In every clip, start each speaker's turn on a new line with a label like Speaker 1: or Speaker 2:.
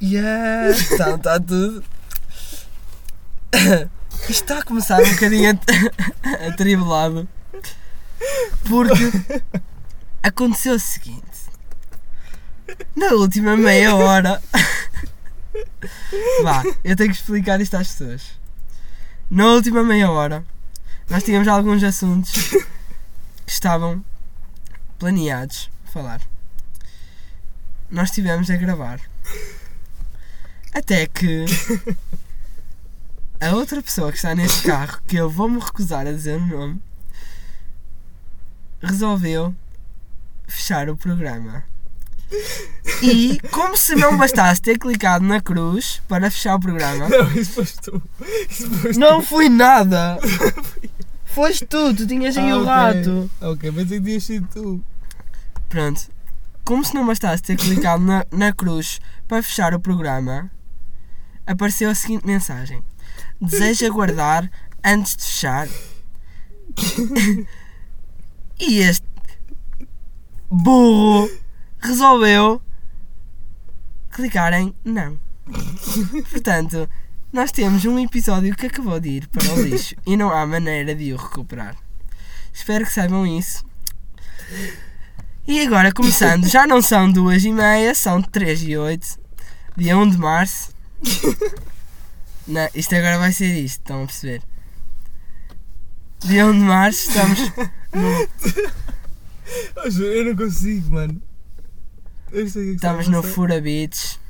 Speaker 1: Yeah, então está tudo. Isto está a começar um bocadinho at- atribulado. Porque aconteceu o seguinte. Na última meia hora. Vá, eu tenho que explicar isto às pessoas. Na última meia hora, nós tínhamos alguns assuntos que estavam planeados falar. Nós estivemos a gravar. Até que a outra pessoa que está neste carro, que eu vou-me recusar a dizer o nome, resolveu fechar o programa. E como se não bastasse ter clicado na cruz para fechar o programa,
Speaker 2: Não, isso foste tu. Isso foste
Speaker 1: não fui nada! Foste tu, tu tinhas aí
Speaker 2: Ah,
Speaker 1: o
Speaker 2: ok.
Speaker 1: rato.
Speaker 2: tu. Ok, pensei que tinhas sido tu.
Speaker 1: Pronto, como se não bastasse ter clicado na, na cruz para fechar o programa, apareceu a seguinte mensagem: Deseja guardar antes de fechar. e este burro resolveu clicar em não. Portanto, nós temos um episódio que acabou de ir para o lixo e não há maneira de o recuperar. Espero que saibam isso. E agora começando, já não são duas e meia, são três e oito, dia 1 de março. Não, isto agora vai ser isto, estão a perceber? Dia 1 de março, estamos.
Speaker 2: Eu juro, Oh, eu não consigo, mano. Eu sei o que é que
Speaker 1: Estamos
Speaker 2: está a
Speaker 1: no
Speaker 2: passar.
Speaker 1: Fura Beats.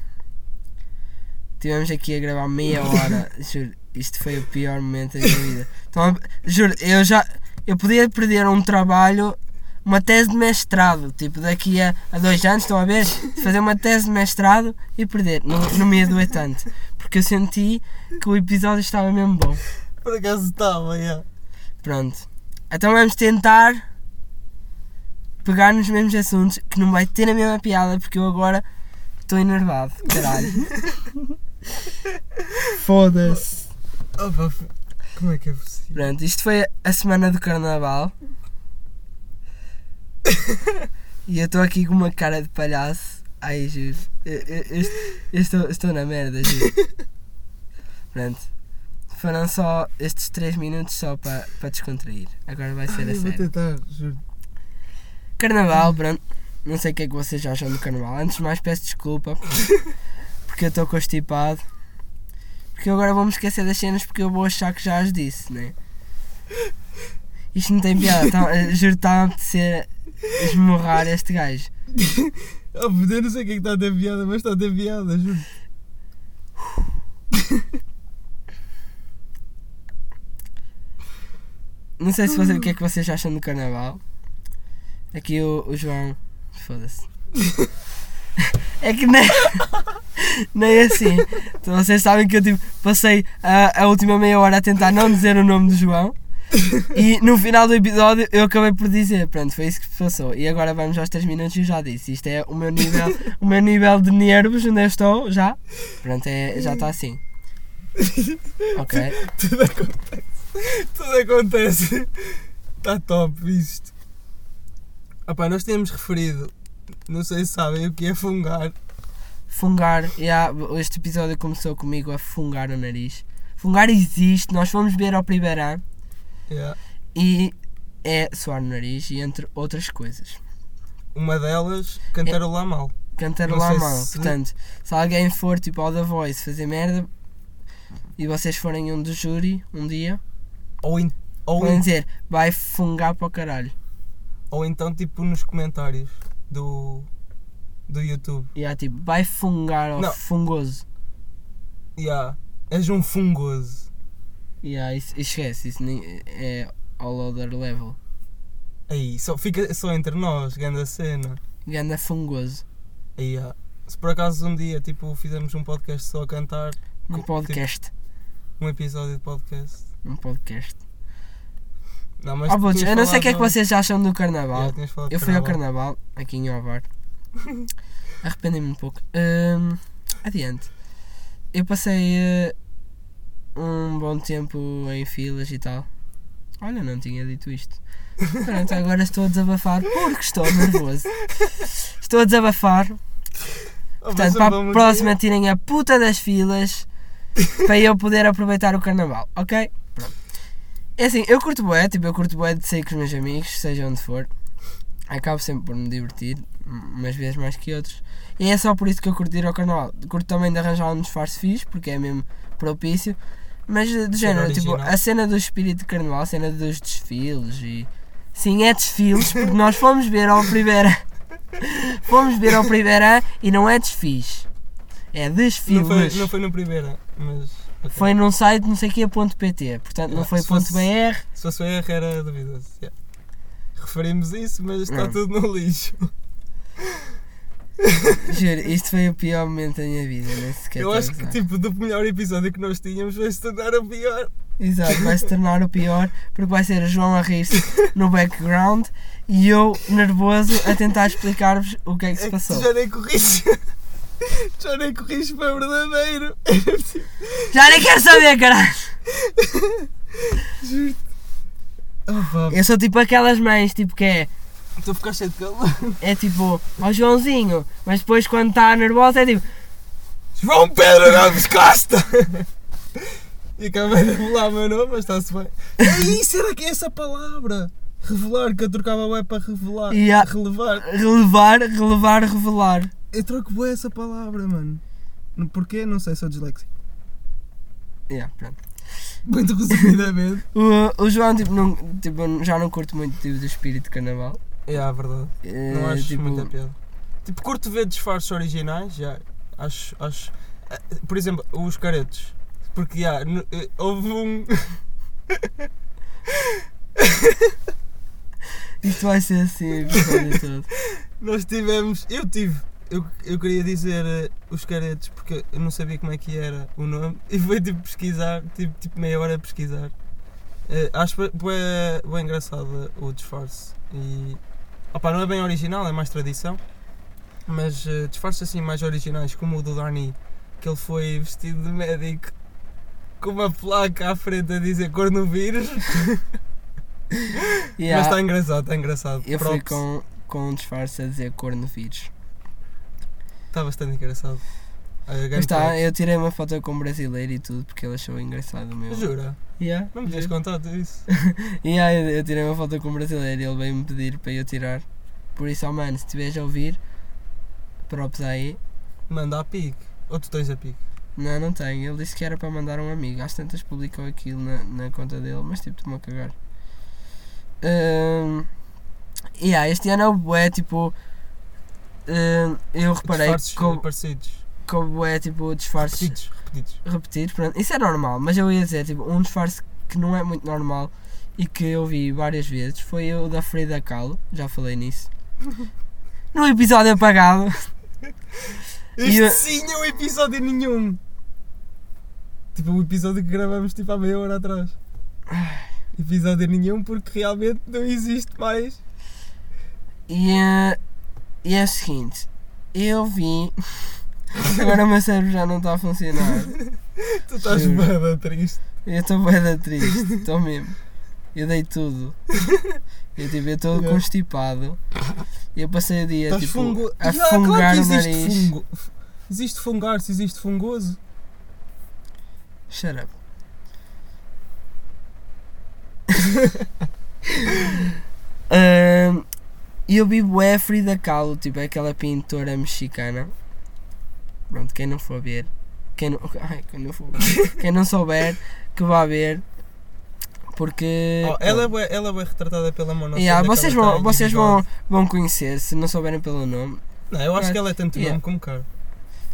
Speaker 1: Estivemos aqui a gravar meia hora. Juro, isto foi o pior momento da minha vida. Estão a- juro, eu já. Eu podia perder um trabalho, uma tese de mestrado. Tipo, daqui a, a dois anos, estão a ver? Fazer uma tese de mestrado e perder. Não, não me ia doer tanto. Porque eu senti que o episódio estava mesmo bom.
Speaker 2: Por acaso estava, já.
Speaker 1: Pronto. Então vamos tentar pegar nos mesmos assuntos que não vai ter a mesma piada porque eu agora estou enervado. Caralho. Foda-se.
Speaker 2: Opa, Oh, f- como é que é possível?
Speaker 1: Pronto, isto foi a semana do carnaval. e eu estou aqui com uma cara de palhaço. Ai, juro. Eu, eu- eu est- eu estou, estou na merda, juro. Pronto. Foram só estes 3 minutos só para para descontrair. Agora vai ser
Speaker 2: Ai,
Speaker 1: a
Speaker 2: eu vou
Speaker 1: sério.
Speaker 2: tentar, juro.
Speaker 1: Carnaval, pronto. Não sei o que é que vocês acham do carnaval. Antes de mais, peço desculpa porque eu estou constipado. Porque eu agora vou-me esquecer das cenas porque eu vou achar que já as disse, né? Isto não tem piada. Tá, eh, juro que está a apetecer esmorrar este gajo.
Speaker 2: Opa, eu não sei o que é que está a ter piada, mas está a ter piada, juro.
Speaker 1: Não sei se vocês, o que é que vocês acham do carnaval. Aqui o, o João. Foda-se. É que nem. Nem assim. Então, vocês sabem que eu tipo, passei a, a última meia hora a tentar não dizer o nome do João. E no final do episódio eu acabei por dizer. Pronto, foi isso que se passou. E agora vamos aos 3 minutos e eu já disse. Isto é o meu nível, o meu nível de nervos, onde eu estou, já. Pronto, é, já está assim. Ok.
Speaker 2: Tudo acontece. Tudo acontece. Está top isto. Opá, nós temos referido, não sei se sabem o que é fungar.
Speaker 1: Fungar, yeah, este episódio começou comigo a fungar o nariz. Fungar existe, nós fomos ver ao Pribeirão
Speaker 2: Yeah.
Speaker 1: e é suar o nariz e entre outras coisas.
Speaker 2: Uma delas, cantarolar mal.
Speaker 1: Cantar
Speaker 2: Não
Speaker 1: lá
Speaker 2: sei
Speaker 1: mal.
Speaker 2: se-
Speaker 1: Portanto, se alguém for tipo ao The Voice fazer merda e vocês forem um do júri um dia,
Speaker 2: Ou, en- ou, um-
Speaker 1: podem
Speaker 2: en-
Speaker 1: dizer vai fungar para o caralho. é.
Speaker 2: ou então, tipo, nos comentários do, do YouTube.
Speaker 1: E há tipo, vai fungar ou
Speaker 2: Não.
Speaker 1: fungoso.
Speaker 2: Yeah. És um fungoso.
Speaker 1: E há isso, esquece, isso nem- é all other level.
Speaker 2: Aí, só, fica só entre nós, grande cena.
Speaker 1: Ganda fungoso.
Speaker 2: Aí, yeah. Se por acaso um dia, tipo, fizermos um podcast só a cantar,
Speaker 1: Um
Speaker 2: Tipo-
Speaker 1: podcast.
Speaker 2: um episódio de podcast.
Speaker 1: Um podcast.
Speaker 2: Não, mas
Speaker 1: Ó,
Speaker 2: tu
Speaker 1: putos,
Speaker 2: tinhas
Speaker 1: eu não sei o que é que
Speaker 2: falado-
Speaker 1: vocês acham do carnaval.
Speaker 2: Yeah, tinhas falado de
Speaker 1: eu fui ao
Speaker 2: carnaval.
Speaker 1: carnaval, aqui em Ovar. Arrependi-me um pouco. Hum, adiante. Eu passei eh, um bom tempo em filas e tal. Olha, não tinha dito isto. Pronto,
Speaker 2: Ah,
Speaker 1: agora estou a desabafar porque estou nervoso. Estou a desabafar
Speaker 2: Oh,
Speaker 1: Portanto, para a próxima tirem a puta das filas para eu poder aproveitar o carnaval, ok? Pronto. É assim, eu curto bué, tipo, eu curto bué de sair com os meus amigos, seja onde for. Acabo sempre por me divertir, umas vezes mais que outros. E é só por isso que eu curto ir ao carnaval. Curto também de arranjar um disfarce fixe, porque é mesmo propício. Mas eh, do
Speaker 2: Cena
Speaker 1: género, tipo,
Speaker 2: original.
Speaker 1: a cena do espírito de carnaval, a cena dos desfiles e. Sim, é desfiles, porque nós fomos ver ao Primeira. fomos ver ao Primeira e não é desfiles. É desfiles.
Speaker 2: Não foi, não foi no primeira, mas. ok.
Speaker 1: Foi num site não sei que é ponto .pt, portanto não
Speaker 2: Ah,
Speaker 1: foi
Speaker 2: se
Speaker 1: ponto
Speaker 2: fosse-
Speaker 1: .br.
Speaker 2: Se fosse o erro era duvidoso. yeah. Referimos isso, mas está
Speaker 1: Não.
Speaker 2: tudo no lixo.
Speaker 1: Juro, isto foi o pior momento da minha vida, nem sequer estou
Speaker 2: Eu
Speaker 1: a
Speaker 2: acho que
Speaker 1: gozar.
Speaker 2: tipo do melhor episódio que nós tínhamos vai se tornar o pior.
Speaker 1: Exato, vai se tornar o pior, porque vai ser o João a rir-se no background e eu nervoso a tentar explicar-vos o que é que se
Speaker 2: É que
Speaker 1: passou.
Speaker 2: tu já nem corrige. já nem corrige para verdadeiro.
Speaker 1: Já nem quero saber, caralho!
Speaker 2: Juro-te. Oh, pá.
Speaker 1: Eu sou tipo aquelas mães, tipo que é,
Speaker 2: Estou a ficar cheio de calor.
Speaker 1: é tipo, ó Joãozinho, mas depois quando está nervosa é tipo,
Speaker 2: João Pedro Ramos Costa! E acabei de revelar o meu nome, mas está-se bem. Ei, será que é essa palavra? Revelar, que eu trocava bué para revelar.
Speaker 1: Yeah.
Speaker 2: Relevar.
Speaker 1: relevar, relevar, revelar.
Speaker 2: Eu troco bué essa palavra, mano. Porquê? Não sei, sou dislexia.
Speaker 1: Yeah, pronto.
Speaker 2: Muito resumidamente.
Speaker 1: O, o João tipo, não, tipo, já não curto muito tipo, do espírito de carnaval.
Speaker 2: É, é verdade. Não
Speaker 1: Eh,
Speaker 2: acho
Speaker 1: tipo,
Speaker 2: muita piada. Tipo, curto ver disfarces originais, já. Acho, acho. ah, Por exemplo, os caretos. Porque, já, no- eh, houve um.
Speaker 1: Isto vai ser assim o episódio todo.
Speaker 2: Nós tivemos. Eu tive. Eu, eu queria dizer eh, os caretos porque eu não sabia como é que era o nome e foi tipo pesquisar, tipo, tipo meia hora a pesquisar. Eh, acho bem engraçado eh, o disfarce. E. Opá, não é bem original, é mais tradição. Mas eh, disfarces assim mais originais, como o do Dani, que ele foi vestido de médico com uma placa à frente a dizer coronavírus. Mas
Speaker 1: Yeah,
Speaker 2: está engraçado, está engraçado.
Speaker 1: eu fui
Speaker 2: tá Props.
Speaker 1: com, com um disfarce a dizer coronavírus.
Speaker 2: Está Tá bastante engraçado. Ah, ganho
Speaker 1: Mas tá,
Speaker 2: props.
Speaker 1: eu tirei uma foto com um brasileiro e tudo porque ele achou engraçado o meu.
Speaker 2: Jura?
Speaker 1: Yeah,
Speaker 2: Não me tinhas
Speaker 1: juro.
Speaker 2: contado isso.
Speaker 1: Yeah, eu, eu tirei uma foto com um brasileiro e ele veio-me pedir para eu tirar. Por isso, oh, mano, se estiveres a ouvir, props aí.
Speaker 2: Manda a pique. Ou tu tens a pique.
Speaker 1: Não, não tenho. Ele disse que era para mandar um amigo. Às tantas publicou aquilo na, na conta dele, mas tipo, estou-me a cagar. Ahm, yeah, este ano é o bué, tipo. ahm, eu reparei
Speaker 2: Disfarces
Speaker 1: com,
Speaker 2: parecidos.
Speaker 1: com o bué, tipo, disfarces
Speaker 2: Repetidos. Repetidos.
Speaker 1: repetidos. Pronto, isso é normal, mas eu ia dizer, tipo, um disfarce que não é muito normal e que eu vi várias vezes foi o da Frida Kahlo. Já falei nisso. No episódio apagado.
Speaker 2: Este
Speaker 1: E, uh,
Speaker 2: sim é um episódio nenhum. Tipo, o episódio que gravamos tipo há meia hora atrás. Episódio nenhum porque realmente não existe mais.
Speaker 1: E, eh, e é o seguinte, eu vi. Agora o meu cérebro já não está a funcionar.
Speaker 2: Tu estás
Speaker 1: Juro.
Speaker 2: bada triste.
Speaker 1: Eu estou bem da triste, estou mesmo. Eu dei tudo. Eu tipo, eu estou
Speaker 2: Yeah.
Speaker 1: constipado. Eu passei o dia
Speaker 2: Estás
Speaker 1: tipo,
Speaker 2: fungo.
Speaker 1: a
Speaker 2: Ah,
Speaker 1: fungar
Speaker 2: claro que
Speaker 1: o
Speaker 2: existe
Speaker 1: nariz.
Speaker 2: fungo. Existe fungar se existe fungoso.
Speaker 1: Shut up. Ahm, E eu vi bué Frida Kahlo, tipo, é aquela pintora mexicana. Pronto, quem não for ver, quem não, ai, quem não, for ver, quem não souber, que vá ver, porque...
Speaker 2: Oh, ela, é, bué- ela é bué retratada pela Mona.
Speaker 1: Yeah,
Speaker 2: Sandra,
Speaker 1: vocês
Speaker 2: que ela tá
Speaker 1: vão,
Speaker 2: tem
Speaker 1: vocês
Speaker 2: individual.
Speaker 1: vão, vão conhecer, se não souberem pelo nome.
Speaker 2: Não, eu acho que ela é tanto
Speaker 1: Yeah.
Speaker 2: nome como cara.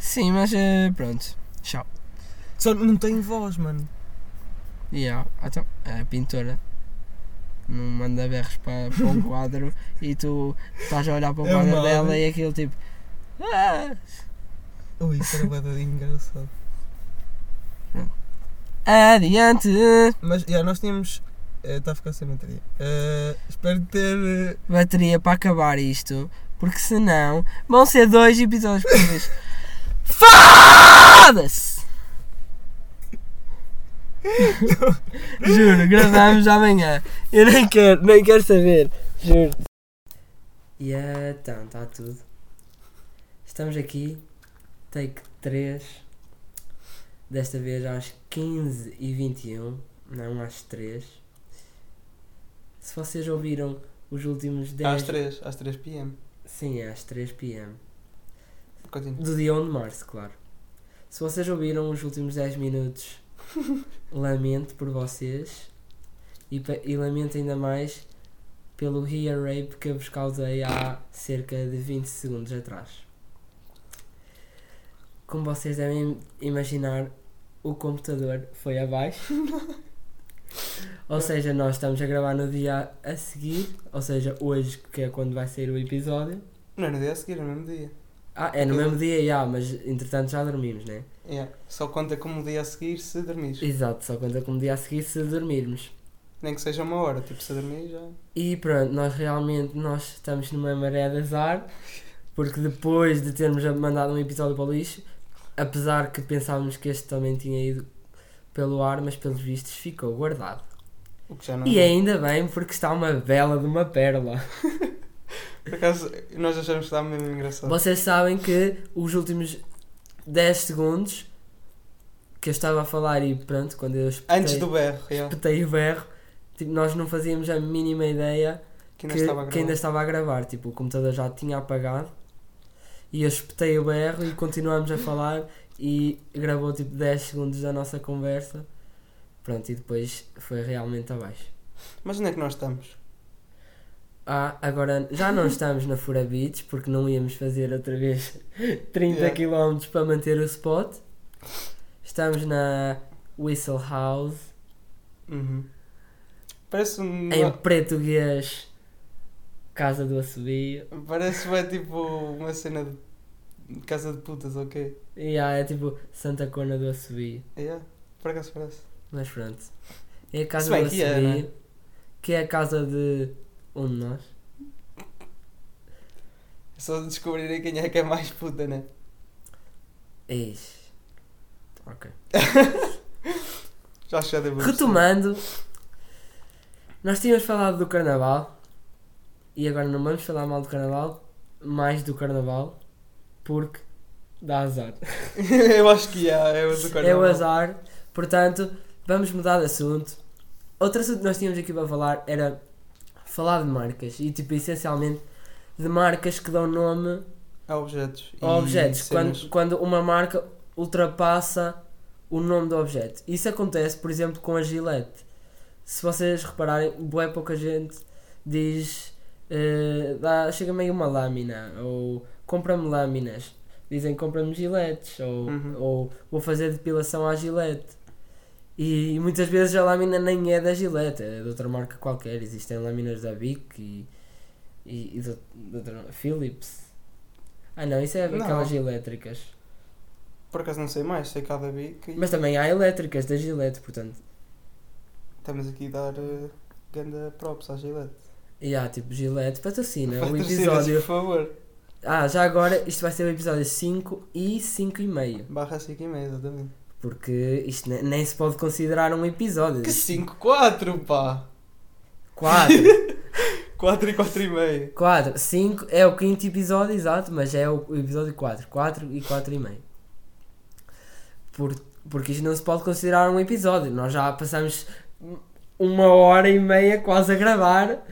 Speaker 1: Sim, mas eh, pronto, tchau.
Speaker 2: Só não tem voz, mano.
Speaker 1: Yeah, então, a pintora não manda berros para, para um quadro e tu estás a olhar para o
Speaker 2: É
Speaker 1: quadro
Speaker 2: mau,
Speaker 1: dela
Speaker 2: né?
Speaker 1: e aquilo tipo. "Ah."
Speaker 2: Ui, isso era bué de engraçado.
Speaker 1: Adiante!
Speaker 2: Mas, já, nós tínhamos... Está a ficar sem bateria. Eh, espero ter... eh,
Speaker 1: Bateria para acabar isto, porque senão vão ser dois episódios por vez. Foda-se! Juro, gravamos amanhã. Eu nem quero, nem quero saber. Juro. é, E então, está tudo. tá Estamos aqui Take 3. Desta vez às 15 e 21 não às 3. Se vocês ouviram os últimos 10.
Speaker 2: Às 3, às 3 pm.
Speaker 1: Sim, é às 3 pm.
Speaker 2: Continua.
Speaker 1: Do dia 1 de março, claro. Se vocês ouviram os últimos 10 minutos, lamento por vocês e, pa- e lamento ainda mais pelo hair rape que eu vos causei há cerca de 20 segundos atrás. Como vocês devem imaginar, o computador foi abaixo. ou seja, nós estamos a gravar no dia a seguir, ou seja, hoje, que é quando vai sair o episódio.
Speaker 2: Não é no dia a seguir, é no mesmo dia.
Speaker 1: Ah, é no
Speaker 2: Ok.
Speaker 1: mesmo dia, já, mas entretanto já dormimos, né?
Speaker 2: Yeah. Só conta como dia a seguir se dormires.
Speaker 1: Exato, só conta como dia a seguir se dormirmos.
Speaker 2: Nem que seja uma hora, tipo se dormir já.
Speaker 1: E pronto, nós realmente nós estamos numa maré de azar, porque depois de termos mandado um episódio para o lixo, apesar que pensávamos que este também tinha ido pelo ar, mas pelos vistos ficou guardado.
Speaker 2: O que já não é.
Speaker 1: E é ainda bem, porque está uma bela de uma pérola.
Speaker 2: Por acaso, nós achamos que está mesmo engraçado.
Speaker 1: Vocês sabem que os últimos 10 segundos que eu estava a falar e pronto, quando eu espetei,
Speaker 2: Antes do berro, yeah,
Speaker 1: espetei o berro, tipo, nós não fazíamos a mínima ideia
Speaker 2: que ainda
Speaker 1: que,
Speaker 2: estava a
Speaker 1: que ainda
Speaker 2: gravar.
Speaker 1: estava a gravar. Tipo, o computador já tinha apagado e eu espetei o berro e continuámos a falar e gravou tipo 10 segundos da nossa conversa. Pronto, e depois foi realmente abaixo.
Speaker 2: Mas onde é que nós estamos?
Speaker 1: Ah, agora já não estamos na Fura Beach porque não íamos fazer outra vez 30
Speaker 2: Yeah.
Speaker 1: km para manter o spot. Estamos na Whistle House
Speaker 2: Uhum. Parece um.
Speaker 1: em português, Casa do Assobio.
Speaker 2: Parece bem tipo uma cena de de casa de putas, ok?
Speaker 1: E ah, é tipo Santa Cona do Assobio.
Speaker 2: Yeah. Por acaso parece.
Speaker 1: Mas pronto. É a casa
Speaker 2: Se
Speaker 1: do
Speaker 2: bem
Speaker 1: Assobio,
Speaker 2: que é, não é?
Speaker 1: que é a casa de um de nós.
Speaker 2: É só descobrirem quem é que é mais puta, né?
Speaker 1: É Eis. Ok.
Speaker 2: Já acho que já devo.
Speaker 1: Retomando, nós tínhamos falado do carnaval e agora não vamos falar mal do carnaval, mais do carnaval, porque dá azar.
Speaker 2: Eu acho que yeah, é o do
Speaker 1: É o
Speaker 2: carnaval.
Speaker 1: azar, portanto, vamos mudar de assunto. Outro assunto que nós tínhamos aqui para falar era falar de marcas e, tipo, essencialmente de marcas que dão nome
Speaker 2: Há objetos.
Speaker 1: a objetos.
Speaker 2: cenas.
Speaker 1: Quando, quando uma marca ultrapassa o nome do objeto. Isso acontece, por exemplo, com a Gillette. Se vocês repararem, bué pouca gente diz eh, dá- chega-me aí uma lâmina ou compra-me lâminas. Dizem compra-me giletes ou,
Speaker 2: Uhum.
Speaker 1: ou vou fazer depilação à gilete. E, muitas vezes a lâmina nem é da Gillette, é de outra marca qualquer. Existem lâminas da Bic e, e, e de, out- de outra, Philips. Ah não, isso é
Speaker 2: Não.
Speaker 1: aquelas elétricas.
Speaker 2: Por acaso não sei mais, sei que há da bica e
Speaker 1: Mas também há elétricas da Gillette, portanto.
Speaker 2: estamos aqui a dar eh, ganda props à Gillette.
Speaker 1: E há tipo Gillette, patrocina o
Speaker 2: Patrocina-se,
Speaker 1: é um episódio.
Speaker 2: por favor.
Speaker 1: Ah, já agora isto vai ser o episódio 5 e 5 e meio.
Speaker 2: Barra 5 e meia, exatamente.
Speaker 1: Porque isto ne- nem se pode considerar um episódio.
Speaker 2: Que 5, 4, pá!
Speaker 1: 4,
Speaker 2: 4 e 4 e meio.
Speaker 1: 4, 5 é o quinto episódio, exato, mas é o episódio 4. 4 e 4 e meio. Por, porque isto não se pode considerar um episódio. Nós já passamos uma hora e meia quase a gravar.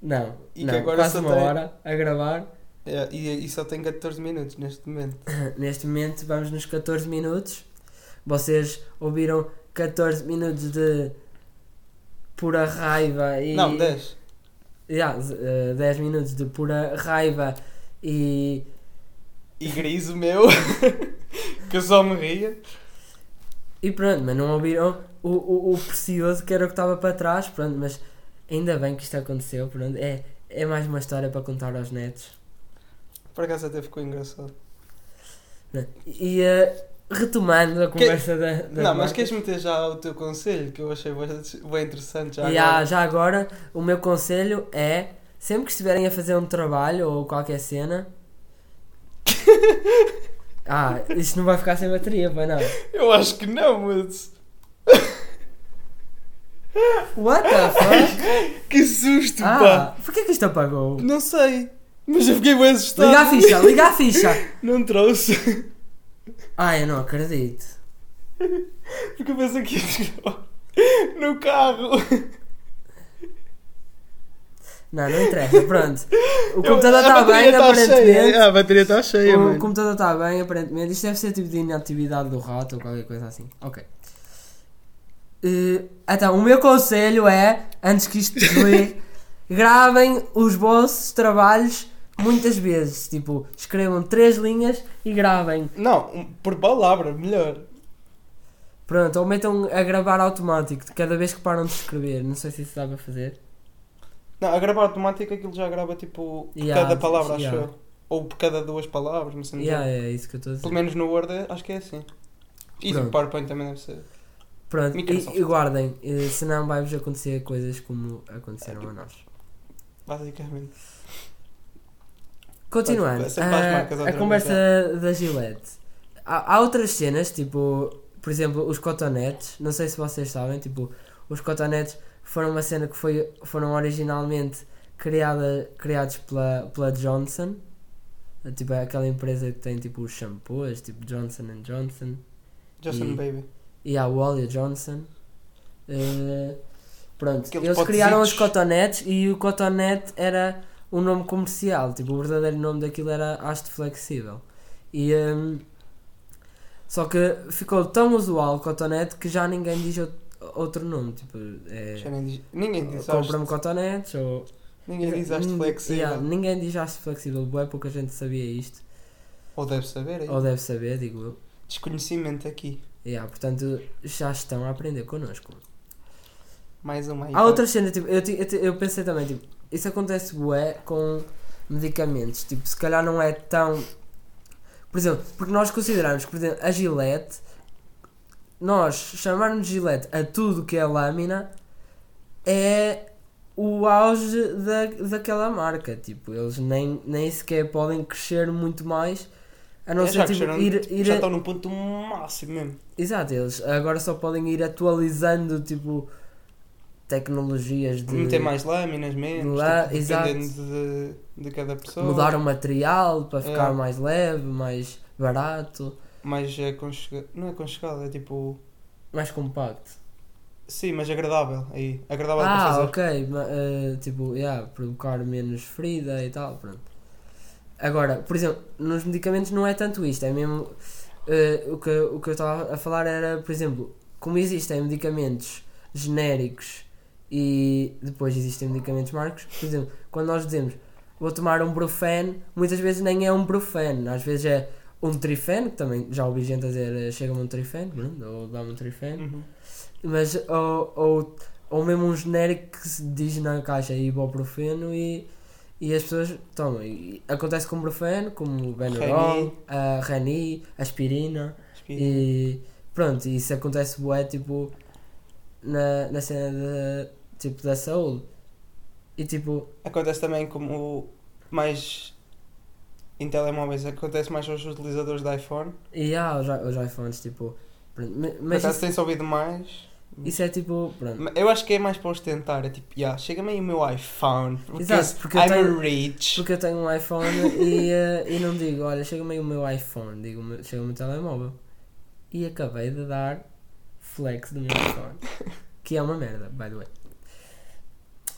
Speaker 1: Não,
Speaker 2: E que
Speaker 1: não
Speaker 2: agora
Speaker 1: quase
Speaker 2: só
Speaker 1: uma
Speaker 2: tem-
Speaker 1: hora a gravar.
Speaker 2: É, e, e só tem 14 minutos neste momento.
Speaker 1: Neste momento vamos nos 14 minutos. Vocês ouviram 14 minutos de pura raiva e.
Speaker 2: Não, 10.
Speaker 1: Yeah, z- eh, 10 minutos de pura raiva e.
Speaker 2: E gris o meu, que eu só me ria.
Speaker 1: E pronto, mas não ouviram o, o, o precioso que era o que estava para trás, pronto, mas ainda bem que isto aconteceu, pronto, é, é mais uma história para contar aos netos.
Speaker 2: Por acaso até ficou engraçado.
Speaker 1: né? E eh, retomando a conversa da, da.
Speaker 2: não, mas
Speaker 1: marca-
Speaker 2: queres meter já o teu conselho, que eu achei bem, bem interessante já.
Speaker 1: e há-
Speaker 2: agora.
Speaker 1: já agora, o meu conselho é sempre que estiverem a fazer um trabalho ou qualquer cena. ah, isto não vai ficar sem bateria, pois não?
Speaker 2: Eu acho que não, mas.
Speaker 1: What the fuck?
Speaker 2: Que susto, pá!
Speaker 1: ah, porquê que isto apagou?
Speaker 2: Não sei, mas eu fiquei bem assustado.
Speaker 1: Liga a ficha, liga a ficha!
Speaker 2: Não trouxe.
Speaker 1: Ai, Ah, eu não acredito.
Speaker 2: Porque eu penso que ias gravar no carro.
Speaker 1: Não, não interessa, pronto. O computador está bem,
Speaker 2: tá
Speaker 1: aparentemente.
Speaker 2: Ah, é,
Speaker 3: a bateria está cheia,
Speaker 1: O computador está bem, aparentemente. Isto deve ser tipo de inatividade do rato ou qualquer coisa assim. Ok. Eh, então, o meu conselho é, antes que isto desligue, gravem os vossos trabalhos muitas vezes. Tipo, escrevam três linhas e gravem.
Speaker 2: Não, um- por palavra, melhor.
Speaker 1: Pronto, ou metam a gravar automático de cada vez que param de escrever. Não sei se isso dá para fazer.
Speaker 2: Não, a gravar automático aquilo já grava tipo por
Speaker 1: Yeah,
Speaker 2: cada palavra, acho
Speaker 1: yeah.
Speaker 2: eu. Ou por cada duas palavras, não sei. não sei.
Speaker 1: Yeah, é isso que eu estou a dizer.
Speaker 2: Pelo menos no Word é- acho que é assim. E
Speaker 1: Pronto.
Speaker 2: no PowerPoint também deve ser.
Speaker 1: Pronto,
Speaker 2: Microsoft.
Speaker 1: e, e guardem, eh, senão vai-vos acontecer coisas como
Speaker 2: É, tipo,
Speaker 1: aconteceram a nós.
Speaker 2: Basicamente.
Speaker 1: Continuando, eh,
Speaker 2: Vai ser para as
Speaker 1: a-
Speaker 2: é marcas outra
Speaker 1: a,
Speaker 2: vez, é.
Speaker 1: conversa da Gillette. Há, há outras cenas, tipo, por exemplo, os cotonetes. Não sei se vocês sabem, tipo, os cotonetes foram uma cena que foi, foram originalmente criada, criados pela, pela Johnson. Eh, Tipo, é aquela empresa que tem tipo os shampoos, tipo Johnson Johnson.
Speaker 2: Justin
Speaker 1: E-
Speaker 2: Baby.
Speaker 1: e há o Ollie Johnson. Eh, pronto,
Speaker 2: Aqueles
Speaker 1: eles
Speaker 2: potezitos.
Speaker 1: criaram os cotonetes e o cotonete era o nome comercial, tipo, o verdadeiro nome daquilo era haste flexível. E, ehm, só que ficou tão usual o cotonete que já ninguém diz out- outro nome, tipo, é,
Speaker 2: Já nem diz- Ninguém diz
Speaker 1: compra-me
Speaker 2: haste.
Speaker 1: cotonetes ou...
Speaker 2: Ninguém diz haste
Speaker 1: Hum,
Speaker 2: flexível.
Speaker 1: yeah, ninguém diz haste flexível, bué, pouca gente sabia isto,
Speaker 2: Ou deve saber, é?
Speaker 1: ou deve saber, digo eu.
Speaker 2: Desconhecimento aqui.
Speaker 1: Yeah, portanto, já estão a aprender connosco.
Speaker 2: Mais uma aí. tá?
Speaker 1: Há outras cenas, tipo, eu, ti- eu, ti- eu pensei também, tipo, isso acontece bué com medicamentos, tipo, se calhar não é tão... Por exemplo, porque nós consideramos, que, por exemplo, a gilete, nós chamarmos gilete a tudo que é lâmina é o auge da, daquela marca, tipo, eles nem, nem sequer podem crescer muito mais, a não
Speaker 2: É,
Speaker 1: ser,
Speaker 2: já
Speaker 1: tipo,
Speaker 2: cresceram-
Speaker 1: ir, ir
Speaker 2: Já
Speaker 1: a-
Speaker 2: estão no ponto máximo mesmo.
Speaker 1: Exato, eles agora só podem ir atualizando, tipo, tecnologias de...
Speaker 2: Meter mais lâminas, menos.
Speaker 1: Lá,
Speaker 2: tipo,
Speaker 1: exato.
Speaker 2: dependendo de, de cada pessoa.
Speaker 1: mudar o material para ficar
Speaker 2: Então, É.
Speaker 1: mais leve, mais barato,
Speaker 2: Mais aconchegado. Não é aconchegado, é tipo.
Speaker 1: mais compacto.
Speaker 2: Sim, mas agradável. Aí. Agradável é para
Speaker 1: Ah,
Speaker 2: fazer.
Speaker 1: ok, ma- eh, tipo, yeah, provocar menos ferida e tal, pronto. Agora, por exemplo, nos medicamentos não é tanto isto, é mesmo eh, o que o que eu estava a falar era, por exemplo, como existem medicamentos genéricos e depois existem medicamentos marcos, por exemplo, quando nós dizemos vou tomar um brufeno, muitas vezes nem é um brufeno, às vezes é um trifeno, que também já ouvi gente a dizer eh, chega-me um trifeno, pronto, ou dá-me um trifeno.
Speaker 2: Uhum.
Speaker 1: Mas ou, ou, ou mesmo um genérico que se diz na caixa ibuprofeno e, e as pessoas tomam. E acontece com brufeno, como o Benuron,
Speaker 2: Reni.
Speaker 1: a Rani, a aspirina
Speaker 2: Respira.
Speaker 1: e pronto, isso acontece bué tipo na, na cena da tipo da saúde. E tipo,
Speaker 2: Acontece também como mais em telemóveis, acontece mais aos utilizadores de iPhone.
Speaker 1: e há os, i- os iPhones, tipo, pronto, ma-
Speaker 2: Mas
Speaker 1: mas
Speaker 2: acaso
Speaker 1: isso,
Speaker 2: tem-se ouvido mais.
Speaker 1: isso é tipo, pronto.
Speaker 2: Ma- Eu acho que é mais para ostentar. É tipo, yeah, chega-me aí o meu iPhone. Porque
Speaker 1: Exato, porque eu
Speaker 2: I'm
Speaker 1: tenho-
Speaker 2: rich.
Speaker 1: Porque eu tenho um iPhone e, eh, e não digo, olha, chega-me aí o meu iPhone, digo, "Me- chega-me o telemóvel. E acabei de dar flex do meu iPhone. que é uma merda, by the way.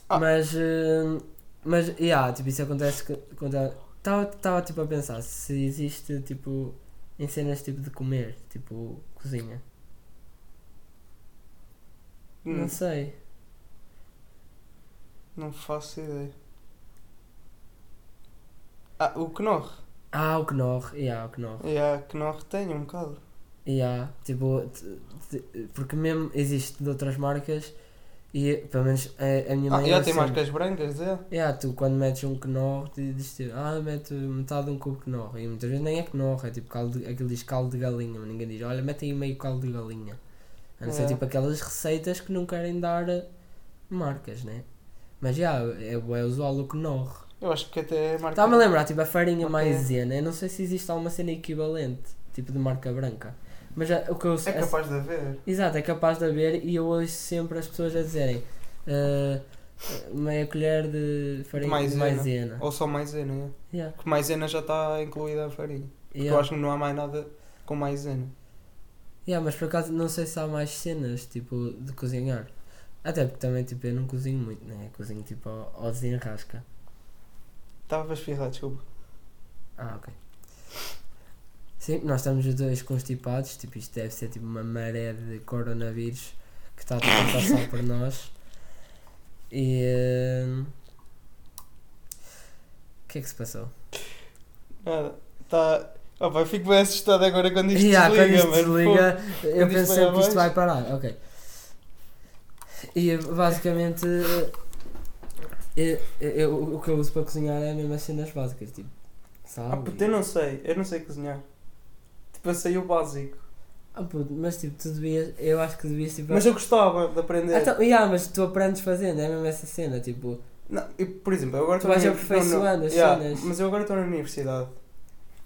Speaker 2: Ah.
Speaker 1: Mas, eh, mas, yeah, tipo, isso acontece que- quando estava tipo a pensar se existe tipo em cenas tipo de comer, tipo cozinha.
Speaker 2: Hum,
Speaker 1: Não sei.
Speaker 2: Não faço ideia. Ah, o Knorr.
Speaker 1: Ah, o Knorr, yeah, o Knorr.
Speaker 2: Yeah, Knorr tem um bocado.
Speaker 1: E há, tipo, t- t- porque mesmo existe de outras marcas e pelo menos a, a minha
Speaker 2: Ah,
Speaker 1: mãe. é assim. ouve
Speaker 2: já tem
Speaker 1: sempre.
Speaker 2: marcas brancas é? dele.
Speaker 1: E há, tu quando metes um Knorr, tu dizes tipo, ah, mete metade de um cubo Knorr. E muitas vezes nem é Knorr, é tipo caldo, de- aquilo diz caldo de galinha, mas ninguém diz, olha, mete aí meio caldo de galinha. A não ser
Speaker 2: É.
Speaker 1: tipo aquelas receitas que não querem dar eh, marcas, né? Mas já, é, é usual o Knorr.
Speaker 2: Eu acho que até é marca.
Speaker 1: Estava-me a lembrar, tipo, a farinha
Speaker 2: Ok.
Speaker 1: maisena, eu não sei se existe alguma cena equivalente, tipo de marca branca. Mas ah, o que eu
Speaker 2: É capaz de haver.
Speaker 1: Exato, é capaz de haver e eu ouço sempre as pessoas a dizerem ah, meia colher de farinha de
Speaker 2: maisena.
Speaker 1: maisena.
Speaker 2: Ou só maisena, é.
Speaker 1: Yeah,
Speaker 2: Porque maisena já está incluída a farinha. Porque
Speaker 1: yeah.
Speaker 2: eu acho que não há mais nada com mais zeno.
Speaker 1: Yeah, mas por acaso não sei se há mais cenas tipo de cozinhar. Até porque também tipo, eu não cozinho muito, né? Cozinho tipo ao, ao desenrasca.
Speaker 2: Estava para espirrar, desculpa.
Speaker 1: Ah, ok. Sim, nós estamos os dois constipados, tipo, isto deve ser tipo uma maré de coronavírus que está tipo, a passar por nós. E. hum, O que é que se passou?
Speaker 2: Nada. Tá... Opa, eu fico bem assustado agora quando isto
Speaker 1: E yeah,
Speaker 2: desliga,
Speaker 1: quando isto
Speaker 2: mano.
Speaker 1: desliga, eu
Speaker 2: Quando isto
Speaker 1: penso
Speaker 2: vai
Speaker 1: sempre que isto vai
Speaker 2: abaixo.
Speaker 1: parar, ok. E basicamente eu, eu- o que eu uso para cozinhar é mesmo as cenas básicas, tipo. Sal,
Speaker 2: Ah, puto, eu não sei. Eu não sei cozinhar. Tipo, eu sei o básico.
Speaker 1: Ah, puto, mas tipo, tu devias. Eu acho que devias tipo.
Speaker 2: Mas eu gostava de aprender.
Speaker 1: Ah, então, yeah, mas tu aprendes fazendo, é mesmo essa cena, tipo.
Speaker 2: Não, eu, por exemplo, eu agora
Speaker 1: Tu
Speaker 2: estou na
Speaker 1: vais
Speaker 2: uni-
Speaker 1: aperfeiçoando as
Speaker 2: Yeah,
Speaker 1: cenas.
Speaker 2: Mas eu agora estou na universidade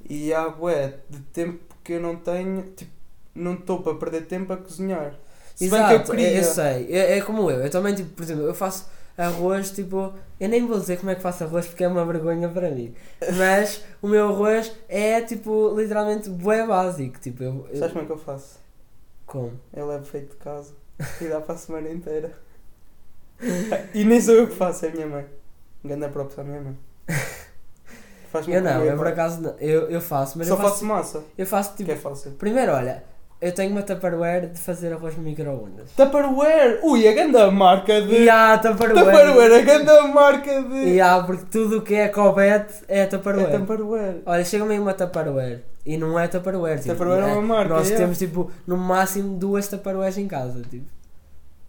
Speaker 2: e há bué de tempo que eu não tenho, tipo, não estou para perder tempo a cozinhar. Se bem que eu
Speaker 1: Exato, é-
Speaker 2: queria.
Speaker 1: eu, sei, é, é como eu, eu também, tipo, por exemplo, eu faço arroz, tipo, eu nem vou dizer como é que faço arroz porque é uma vergonha para mim, mas o meu arroz é, tipo, literalmente bué básico, tipo, eu... eu-
Speaker 2: Sabes como é que eu faço?
Speaker 1: Como?
Speaker 2: Eu levo feito de casa e dá para a semana inteira. e nem sou eu que faço, é a minha mãe. Ganda props à minha mãe. Faz-me
Speaker 1: Eu não,
Speaker 2: comer,
Speaker 1: eu por
Speaker 2: pá.
Speaker 1: acaso, não, eu, eu faço, mas
Speaker 2: Só
Speaker 1: eu faço,
Speaker 2: faço massa,
Speaker 1: eu faço,
Speaker 2: que
Speaker 1: tipo,
Speaker 2: é fácil.
Speaker 1: primeiro, olha, eu tenho uma Tupperware de fazer arroz no micro-ondas.
Speaker 2: Tupperware! Ui,
Speaker 1: é
Speaker 2: a ganda marca de.
Speaker 1: E há a Tupperware,
Speaker 2: Tupperware, é a ganda marca de.
Speaker 1: e há, porque tudo o que é cobete é Tupperware.
Speaker 2: É Tupperware.
Speaker 1: Olha, chega-me aí uma Tupperware. E não é Tupperware. Tipo,
Speaker 2: Tupperware é uma marca,
Speaker 1: Nós
Speaker 2: yeah.
Speaker 1: temos, tipo, no máximo duas Tupperwares em casa. Tipo.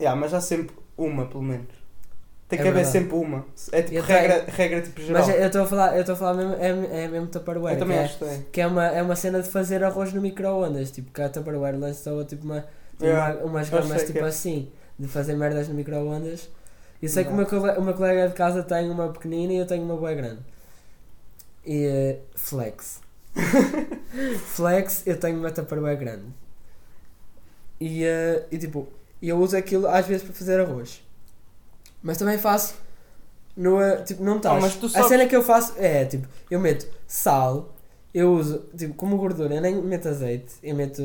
Speaker 2: Yeah, mas há sempre uma, pelo menos. Tem
Speaker 1: É
Speaker 2: que haver
Speaker 1: verdade.
Speaker 2: sempre uma. É tipo
Speaker 1: Eu
Speaker 2: regra, regra tipo geral.
Speaker 1: Mas eu estou a falar, eu estou a falar mesmo, é, é mesmo Tupperware.
Speaker 2: eu também
Speaker 1: que é,
Speaker 2: acho que tem.
Speaker 1: que é uma, é uma cena de fazer arroz no micro-ondas. Tipo, que a Tupperware lançou, tipo, uma, tipo,
Speaker 2: Yeah,
Speaker 1: uma- umas
Speaker 2: eu sei
Speaker 1: gramas,
Speaker 2: que
Speaker 1: tipo,
Speaker 2: é.
Speaker 1: assim. De fazer merdas no micro-ondas. E sei
Speaker 2: Yeah.
Speaker 1: que uma, cole- uma colega de casa tem uma pequenina e eu tenho uma boa grande. E eh, flex. flex, eu tenho uma Tupperware grande. E, eh, e tipo, eu uso aquilo às vezes para fazer arroz. Mas também faço no, eh, tipo, não
Speaker 2: Ah,
Speaker 1: estás.
Speaker 2: mas tu
Speaker 1: A
Speaker 2: sabes-
Speaker 1: cena que eu faço é, tipo, eu meto sal, eu uso, tipo, como gordura, eu nem meto azeite, eu meto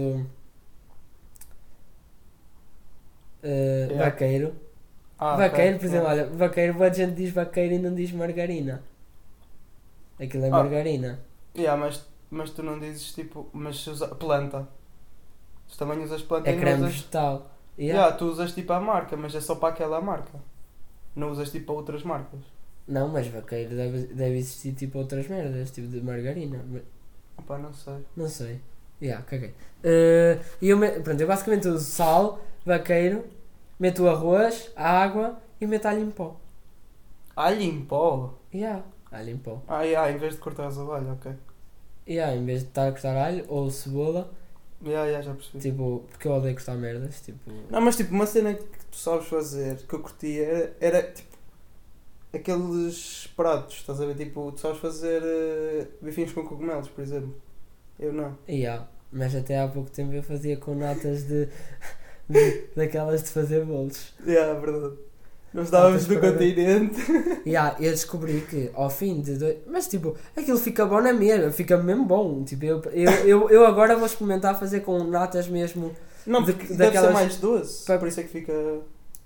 Speaker 1: eh,
Speaker 2: Yeah.
Speaker 1: vaqueiro.
Speaker 2: É. Ah, ok.
Speaker 1: vaqueiro, assim. por exemplo, olha, vaqueiro, boa gente diz vaqueiro e não diz margarina. Aquilo é
Speaker 2: Ah.
Speaker 1: margarina.
Speaker 2: Yeah, mas, mas tu não dizes tipo. Mas se usa planta. Tu também usas planta
Speaker 1: É
Speaker 2: e não
Speaker 1: creme
Speaker 2: usas.
Speaker 1: vegetal. Yeah.
Speaker 2: Yeah, tu usas tipo a marca, mas é só para aquela marca. Não usas tipo a outras marcas.
Speaker 1: Não, mas vaqueiro deve, deve existir tipo outras merdas, tipo de margarina. mas-
Speaker 2: Opa, não sei.
Speaker 1: Não sei. Yeah, caguei. Eh, e eu, me- pronto, eu basicamente uso sal, vaqueiro, meto o arroz, a água e meto alho em pó.
Speaker 2: Alho em pó.
Speaker 1: Yeah, alho em pó.
Speaker 2: Ah, yeah, em vez de cortar o alho, ok.
Speaker 1: Yeah, em vez de estar a cortar alho ou cebola,
Speaker 2: Yeah, yeah, já percebi.
Speaker 1: tipo, porque eu odeio cortar merdas, tipo.
Speaker 2: Não, mas tipo, uma cena que tu sabes fazer, que eu curtia, era, era tipo. Aqueles pratos, estás a ver? Tipo, tu sabes fazer eh, bifinhos com cogumelos, por exemplo. Eu não.
Speaker 1: Yeah, mas até há pouco tempo eu fazia com natas de. de- daquelas de fazer bolos.
Speaker 2: É, yeah, é verdade. Nós estávamos
Speaker 1: Ah,
Speaker 2: do
Speaker 1: tens para
Speaker 2: continente.
Speaker 1: Yeah, eu descobri que ao fim de dois. Mas tipo, aquilo fica bom na mesma, fica mesmo bom. Tipo, eu, eu, eu, eu agora vou experimentar fazer com natas mesmo.
Speaker 2: Não,
Speaker 1: De-
Speaker 2: porque deve
Speaker 1: daquelas-
Speaker 2: ser mais doce.
Speaker 1: Pa-
Speaker 2: Por isso é que fica.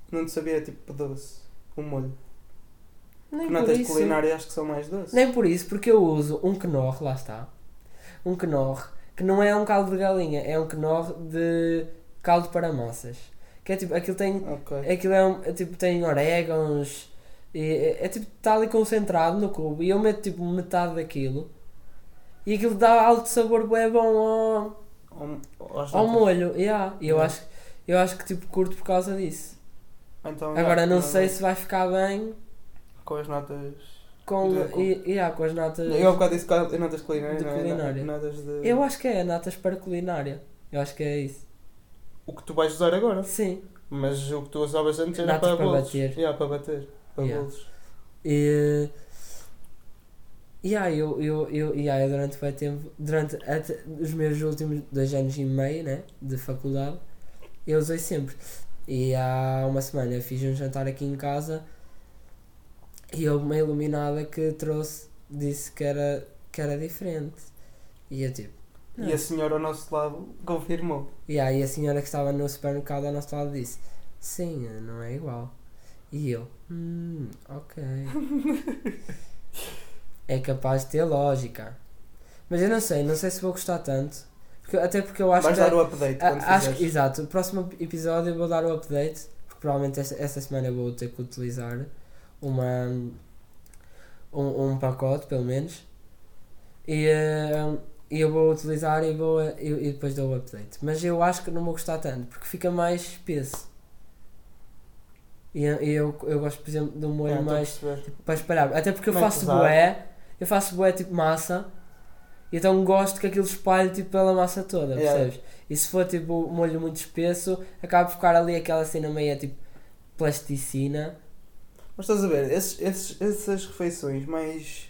Speaker 2: Não te sabia, tipo, doce. O molho.
Speaker 1: Nem É por,
Speaker 2: Natas de
Speaker 1: isso.
Speaker 2: culinária acho que são mais doces.
Speaker 1: Nem por isso, porque eu uso um Knorr, lá está. Um Knorr, que não é um caldo de galinha, é um Knorr de caldo para massas. Que é tipo, aquilo tem.
Speaker 2: Ok.
Speaker 1: Aquilo é, um, é tipo, tem orégãos. e é, é tipo, está ali concentrado no cubo. E eu meto tipo metade daquilo. E aquilo dá alto sabor bem bom ao,
Speaker 2: Ao, aos
Speaker 1: ao
Speaker 2: natas.
Speaker 1: molho. Yeah. E eu,
Speaker 2: Yeah.
Speaker 1: acho, eu acho que tipo, curto por causa disso.
Speaker 2: Então, yeah,
Speaker 1: Agora não sei se vai ficar bem
Speaker 2: Com as notas.
Speaker 1: com,
Speaker 2: Do cubo.
Speaker 1: e, yeah, com as natas.
Speaker 2: Eu há bocado disse cal- natas de culinária,
Speaker 1: De
Speaker 2: não é?
Speaker 1: culinária.
Speaker 2: Natas de.
Speaker 1: Eu acho que é natas para culinária. Eu acho que é isso.
Speaker 2: O que tu vais usar agora?
Speaker 1: Sim.
Speaker 2: Mas o que tu usavas antes era
Speaker 1: Natas
Speaker 2: é para,
Speaker 1: para
Speaker 2: bolos.
Speaker 1: bater.
Speaker 2: Yeah, para bater. Para
Speaker 1: Yeah.
Speaker 2: bolos.
Speaker 1: E. E aí, eu, eu, eu, e aí, eu durante o tempo, durante até os meus últimos dois anos e meio né, de faculdade, eu usei sempre. E há uma semana eu fiz um jantar aqui em casa e houve uma iluminada que trouxe, disse que era, que era diferente. E eu tipo,
Speaker 2: E a senhora ao nosso lado confirmou.
Speaker 1: Yeah, e a senhora que estava no supermercado ao nosso lado disse: Sim, não é igual. E eu: Hum, ok. é capaz de ter lógica. Mas eu não sei, não sei se vou gostar tanto. Porque, até porque eu acho
Speaker 2: Vais
Speaker 1: que.
Speaker 2: dar o update quando
Speaker 1: a- acho,
Speaker 2: fizeres.
Speaker 1: exato, o próximo episódio eu vou dar o update. Porque provavelmente esta, esta semana eu vou ter que utilizar uma. Um, um pacote, pelo menos. E. eh, e eu vou utilizar e, vou, e, e depois dou o update. Mas eu acho que não vou gostar tanto, porque fica mais espesso. E eu, e eu, eu gosto, por exemplo, de um molho
Speaker 2: Ah, estou a
Speaker 1: mais
Speaker 2: perceber.
Speaker 1: para espalhar. Até porque eu
Speaker 2: Mais
Speaker 1: faço
Speaker 2: é pesado.
Speaker 1: boé, eu faço boé tipo massa, e então gosto que aquilo espalhe tipo pela massa toda,
Speaker 2: Yeah.
Speaker 1: percebes? E se for tipo um molho muito espesso, acaba por ficar ali aquela cena meio tipo plasticina.
Speaker 2: Mas estás a ver, esses, esses- essas refeições mais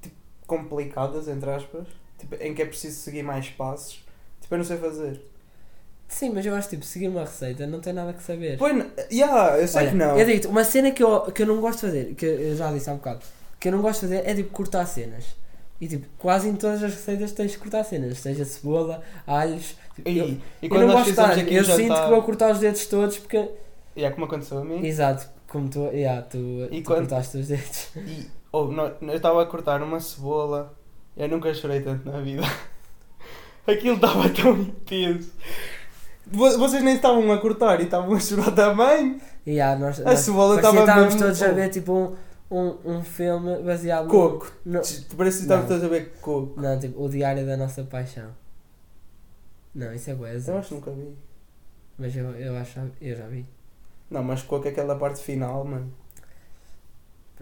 Speaker 2: tipo, complicadas, entre aspas, tipo, em que é preciso seguir mais passos, tipo, eu não sei fazer.
Speaker 1: Sim, mas eu acho tipo seguir uma receita não tem nada que saber.
Speaker 2: Pois, n- yeah, eu sei
Speaker 1: Olha,
Speaker 2: que não.
Speaker 1: Eu digo-te, uma cena que eu, que eu não gosto de fazer, que eu já disse há um bocado, que eu não gosto de fazer é tipo cortar cenas. E tipo, quase em todas as receitas tens de cortar cenas, seja cebola, alhos. tipo, eu-
Speaker 2: E, e
Speaker 1: eu
Speaker 2: quando
Speaker 1: não
Speaker 2: nós
Speaker 1: gosto de
Speaker 2: fizemos
Speaker 1: alho,
Speaker 2: aqui
Speaker 1: eu
Speaker 2: o jantar,
Speaker 1: sinto que vou cortar os dedos todos porque
Speaker 2: yeah, como aconteceu a mim,
Speaker 1: Exato, como tu, yeah, tu,
Speaker 2: E
Speaker 1: tu
Speaker 2: quando-
Speaker 1: cortaste os dedos.
Speaker 2: e, oh, nó- eu estava a cortar uma cebola, eu nunca chorei tanto na vida. Aquilo estava tão intenso. Vo- Vocês nem estavam a cortar e estavam a chorar também.
Speaker 1: E yeah, nós,
Speaker 2: A
Speaker 1: nós
Speaker 2: cebola
Speaker 1: parecia que
Speaker 2: estava
Speaker 1: estávamos
Speaker 2: mesmo-
Speaker 1: todos a
Speaker 2: oh,
Speaker 1: ver tipo um, um, um filme baseado no-
Speaker 2: Coco.
Speaker 1: no.
Speaker 2: Parece que
Speaker 1: Não.
Speaker 2: estavam todos a ver coco.
Speaker 1: Não, tipo, o Diário da Nossa Paixão. Não, isso é
Speaker 2: Eu
Speaker 1: coisa.
Speaker 2: acho que nunca vi.
Speaker 1: Mas eu, eu acho eu já vi.
Speaker 2: Não, mas com aquela parte final, mano.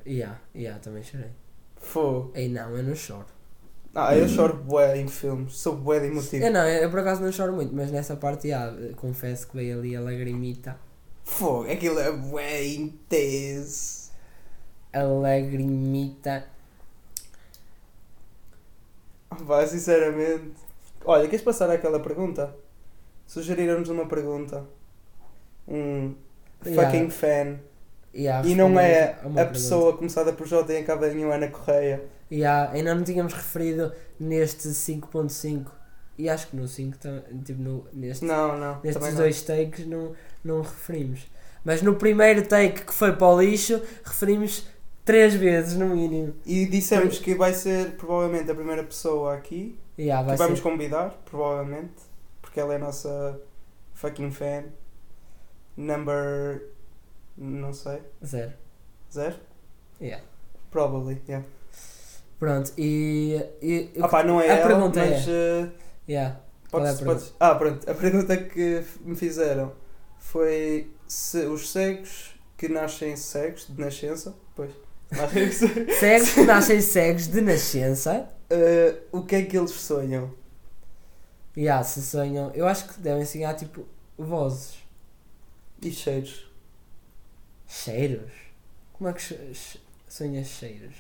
Speaker 1: E yeah, yeah, também chorei.
Speaker 2: Fogo.
Speaker 1: Ei não, eu não choro.
Speaker 2: Ah, eu choro bué em filmes. Sou bué de emotivo.
Speaker 1: Uhum. Eu não, eu, eu por acaso não choro muito, mas nessa parte yeah, confesso que veio ali a lagrimita.
Speaker 2: Fogo. Aquilo é bué intenso.
Speaker 1: A lagrimita.
Speaker 2: Ah, Vá, sinceramente. Olha, queres passar àquela pergunta? Sugeriram-nos uma pergunta. Um
Speaker 1: Yeah.
Speaker 2: fucking fan.
Speaker 1: Yeah,
Speaker 2: E não
Speaker 1: respondemos
Speaker 2: é a
Speaker 1: a uma pergunta.
Speaker 2: pessoa começada por J e acaba em Ana Correia.
Speaker 1: E há- ainda não tínhamos referido neste 5.5 e acho que no 5, tam- tipo no, neste,
Speaker 2: Não, não.
Speaker 1: nestes
Speaker 2: também
Speaker 1: dois takes não, não referimos. Mas no primeiro take que foi para o lixo, referimos três vezes no mínimo.
Speaker 2: não. E dissemos que vai ser provavelmente a primeira pessoa aqui
Speaker 1: E há, vai
Speaker 2: que vamos
Speaker 1: ser-
Speaker 2: convidar, provavelmente, porque ela é a nossa fucking fan. Number. não sei,
Speaker 1: Zero.
Speaker 2: zero?
Speaker 1: Yeah.
Speaker 2: Probably, yeah.
Speaker 1: Pronto, e. e
Speaker 2: Ah pá, não é
Speaker 1: a
Speaker 2: ela,
Speaker 1: pergunta
Speaker 2: mas. eh,
Speaker 1: yeah. Qual é a
Speaker 2: podes, podes- Ah, pronto, a pergunta que f- me fizeram foi se os cegos que nascem cegos, de nascença, pois, nascem cegos,
Speaker 1: Cegos que nascem cegos de nascença.
Speaker 2: eh, o que é que eles sonham?
Speaker 1: E há, se sonham. Eu acho que devem sonhar tipo vozes.
Speaker 2: E cheiros?
Speaker 1: Cheiros? Como é que che- che- sonhas cheiros?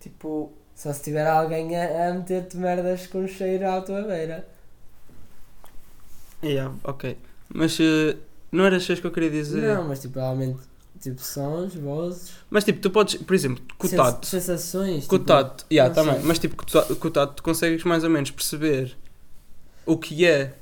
Speaker 2: Tipo,
Speaker 1: Só se tiver alguém a, a meter-te merdas com cheiro à tua beira.
Speaker 3: Yeah, ok. Mas eh, não era cheios que eu queria
Speaker 2: eh,
Speaker 3: dizer.
Speaker 1: Não, mas tipo, realmente, tipo, sons, vozes,
Speaker 3: Mas tipo, tu podes, por exemplo, com o
Speaker 1: sen-
Speaker 3: tato.
Speaker 1: sensações.
Speaker 3: Com o
Speaker 1: tipo,
Speaker 3: tato, yeah,
Speaker 1: não
Speaker 3: também.
Speaker 1: sei.
Speaker 3: Mas tipo, com o ta- com o tato tu consegues mais ou menos perceber o que é.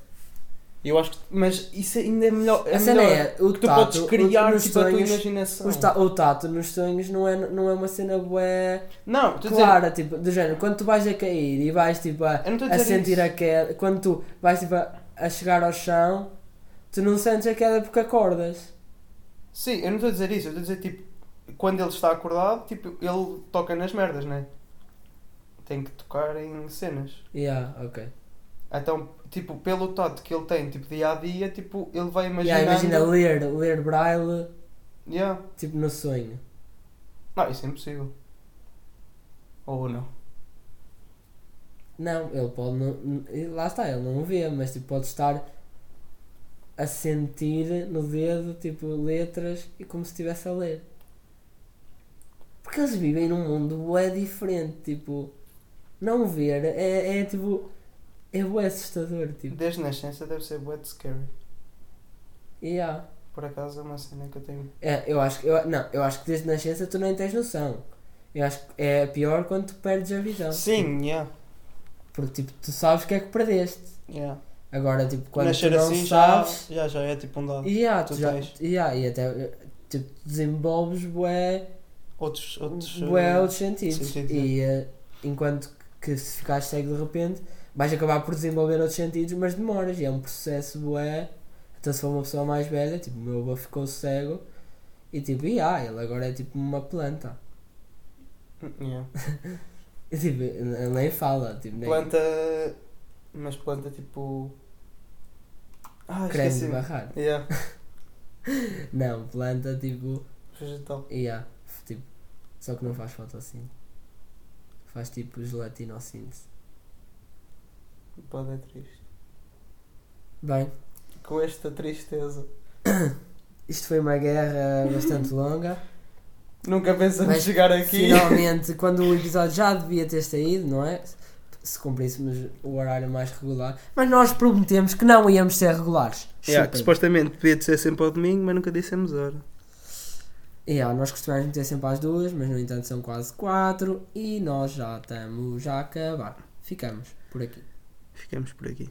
Speaker 3: Eu acho que.
Speaker 2: mas isso ainda é melhor. É
Speaker 1: a cena
Speaker 2: melhor,
Speaker 1: é, o
Speaker 2: porque tu
Speaker 1: tato,
Speaker 3: podes
Speaker 1: o-
Speaker 2: criar
Speaker 1: nos
Speaker 2: tipo, a tua
Speaker 1: sonhos,
Speaker 2: imaginação.
Speaker 1: os ta- o tato nos sonhos não é, não é uma cena bué
Speaker 2: Não, estou a dizer,
Speaker 1: clara, tipo, do género, quando tu vais a cair e vais tipo a,
Speaker 2: Eu não estou a
Speaker 1: a
Speaker 2: dizer
Speaker 1: sentir
Speaker 2: isso.
Speaker 1: a queda, quando tu vais tipo a, a chegar ao chão, tu não sentes a queda porque acordas.
Speaker 2: Sim, eu não estou a dizer isso, eu estou a dizer tipo, quando ele está acordado, tipo, ele toca nas merdas, né? Tem que tocar em cenas.
Speaker 1: Yeah, ok.
Speaker 2: Então, tipo, pelo tato que ele tem, tipo, dia a dia, tipo, ele vai imaginando.
Speaker 1: Yeah, imagina ler, ler braille,
Speaker 2: Yeah.
Speaker 1: tipo, no sonho.
Speaker 2: Não, isso é impossível. Ou não.
Speaker 1: Não, ele pode não. n- Lá está, ele não o vê, mas tipo, pode estar a sentir no dedo, tipo, letras e como se estivesse a ler. Porque eles vivem num mundo é diferente, tipo. Não ver é, é tipo. É bué assustador, tipo.
Speaker 2: Desde nascença deve ser wet scary.
Speaker 1: E há.
Speaker 2: Por acaso é uma cena que eu tenho.
Speaker 1: É, eu acho que. Eu, não, eu acho que desde nascença
Speaker 2: Então, tipo,
Speaker 1: tu nem tens noção. Eu acho que é pior quando tu perdes a visão.
Speaker 2: Sim, yeah.
Speaker 1: Porque tipo, tu sabes o que é que perdeste.
Speaker 2: Yeah.
Speaker 1: Agora, tipo, quando
Speaker 2: Nascer
Speaker 1: tu não
Speaker 2: assim
Speaker 1: sabes.
Speaker 2: já, já, já é tipo um dado.
Speaker 1: E yeah, tu
Speaker 2: tu
Speaker 1: já,
Speaker 2: tens.
Speaker 1: yeah, e até tipo, desenvolves bué,
Speaker 2: Outros, outros.
Speaker 1: bué
Speaker 2: eh,
Speaker 1: outros sentidos.
Speaker 2: sentidos,
Speaker 1: e eh, enquanto que se ficares cego de repente, vais acabar por desenvolver outros sentidos, mas demoras. E é um processo bué. Então, se for uma pessoa mais velha, tipo, o meu avô ficou cego. E tipo, yeah, ele agora é tipo uma planta.
Speaker 2: hum, yeah.
Speaker 1: E, tipo, ele nem fala. Tipo, nem
Speaker 2: Planta. Mas planta tipo. Ah,
Speaker 1: creme de
Speaker 2: esqueci.
Speaker 1: barrar.
Speaker 2: Yeah.
Speaker 1: Não, planta tipo.
Speaker 2: Vegetal.
Speaker 1: Yeah, tipo. Só que não faz fotossíntese. Faz tipo gelatinossíntese.
Speaker 2: Planta é triste.
Speaker 1: Bem,
Speaker 2: Com esta tristeza.
Speaker 1: isto foi uma guerra bastante longa.
Speaker 2: Nunca pensamos
Speaker 1: Mas
Speaker 2: chegar aqui.
Speaker 1: Finalmente, quando o episódio já devia ter saído, não é? Se cumpríssemos o horário mais regular. Mas nós prometemos que não íamos ser regulares.
Speaker 2: É,
Speaker 4: Yeah, que
Speaker 1: Super.
Speaker 4: supostamente podia ser sempre ao domingo, mas nunca dissemos hora.
Speaker 1: Yeah, É, nós costumamos meter sempre às duas, mas no entanto são quase quatro e nós já estamos a acabar. Ficamos por aqui.
Speaker 4: Ficamos por aqui.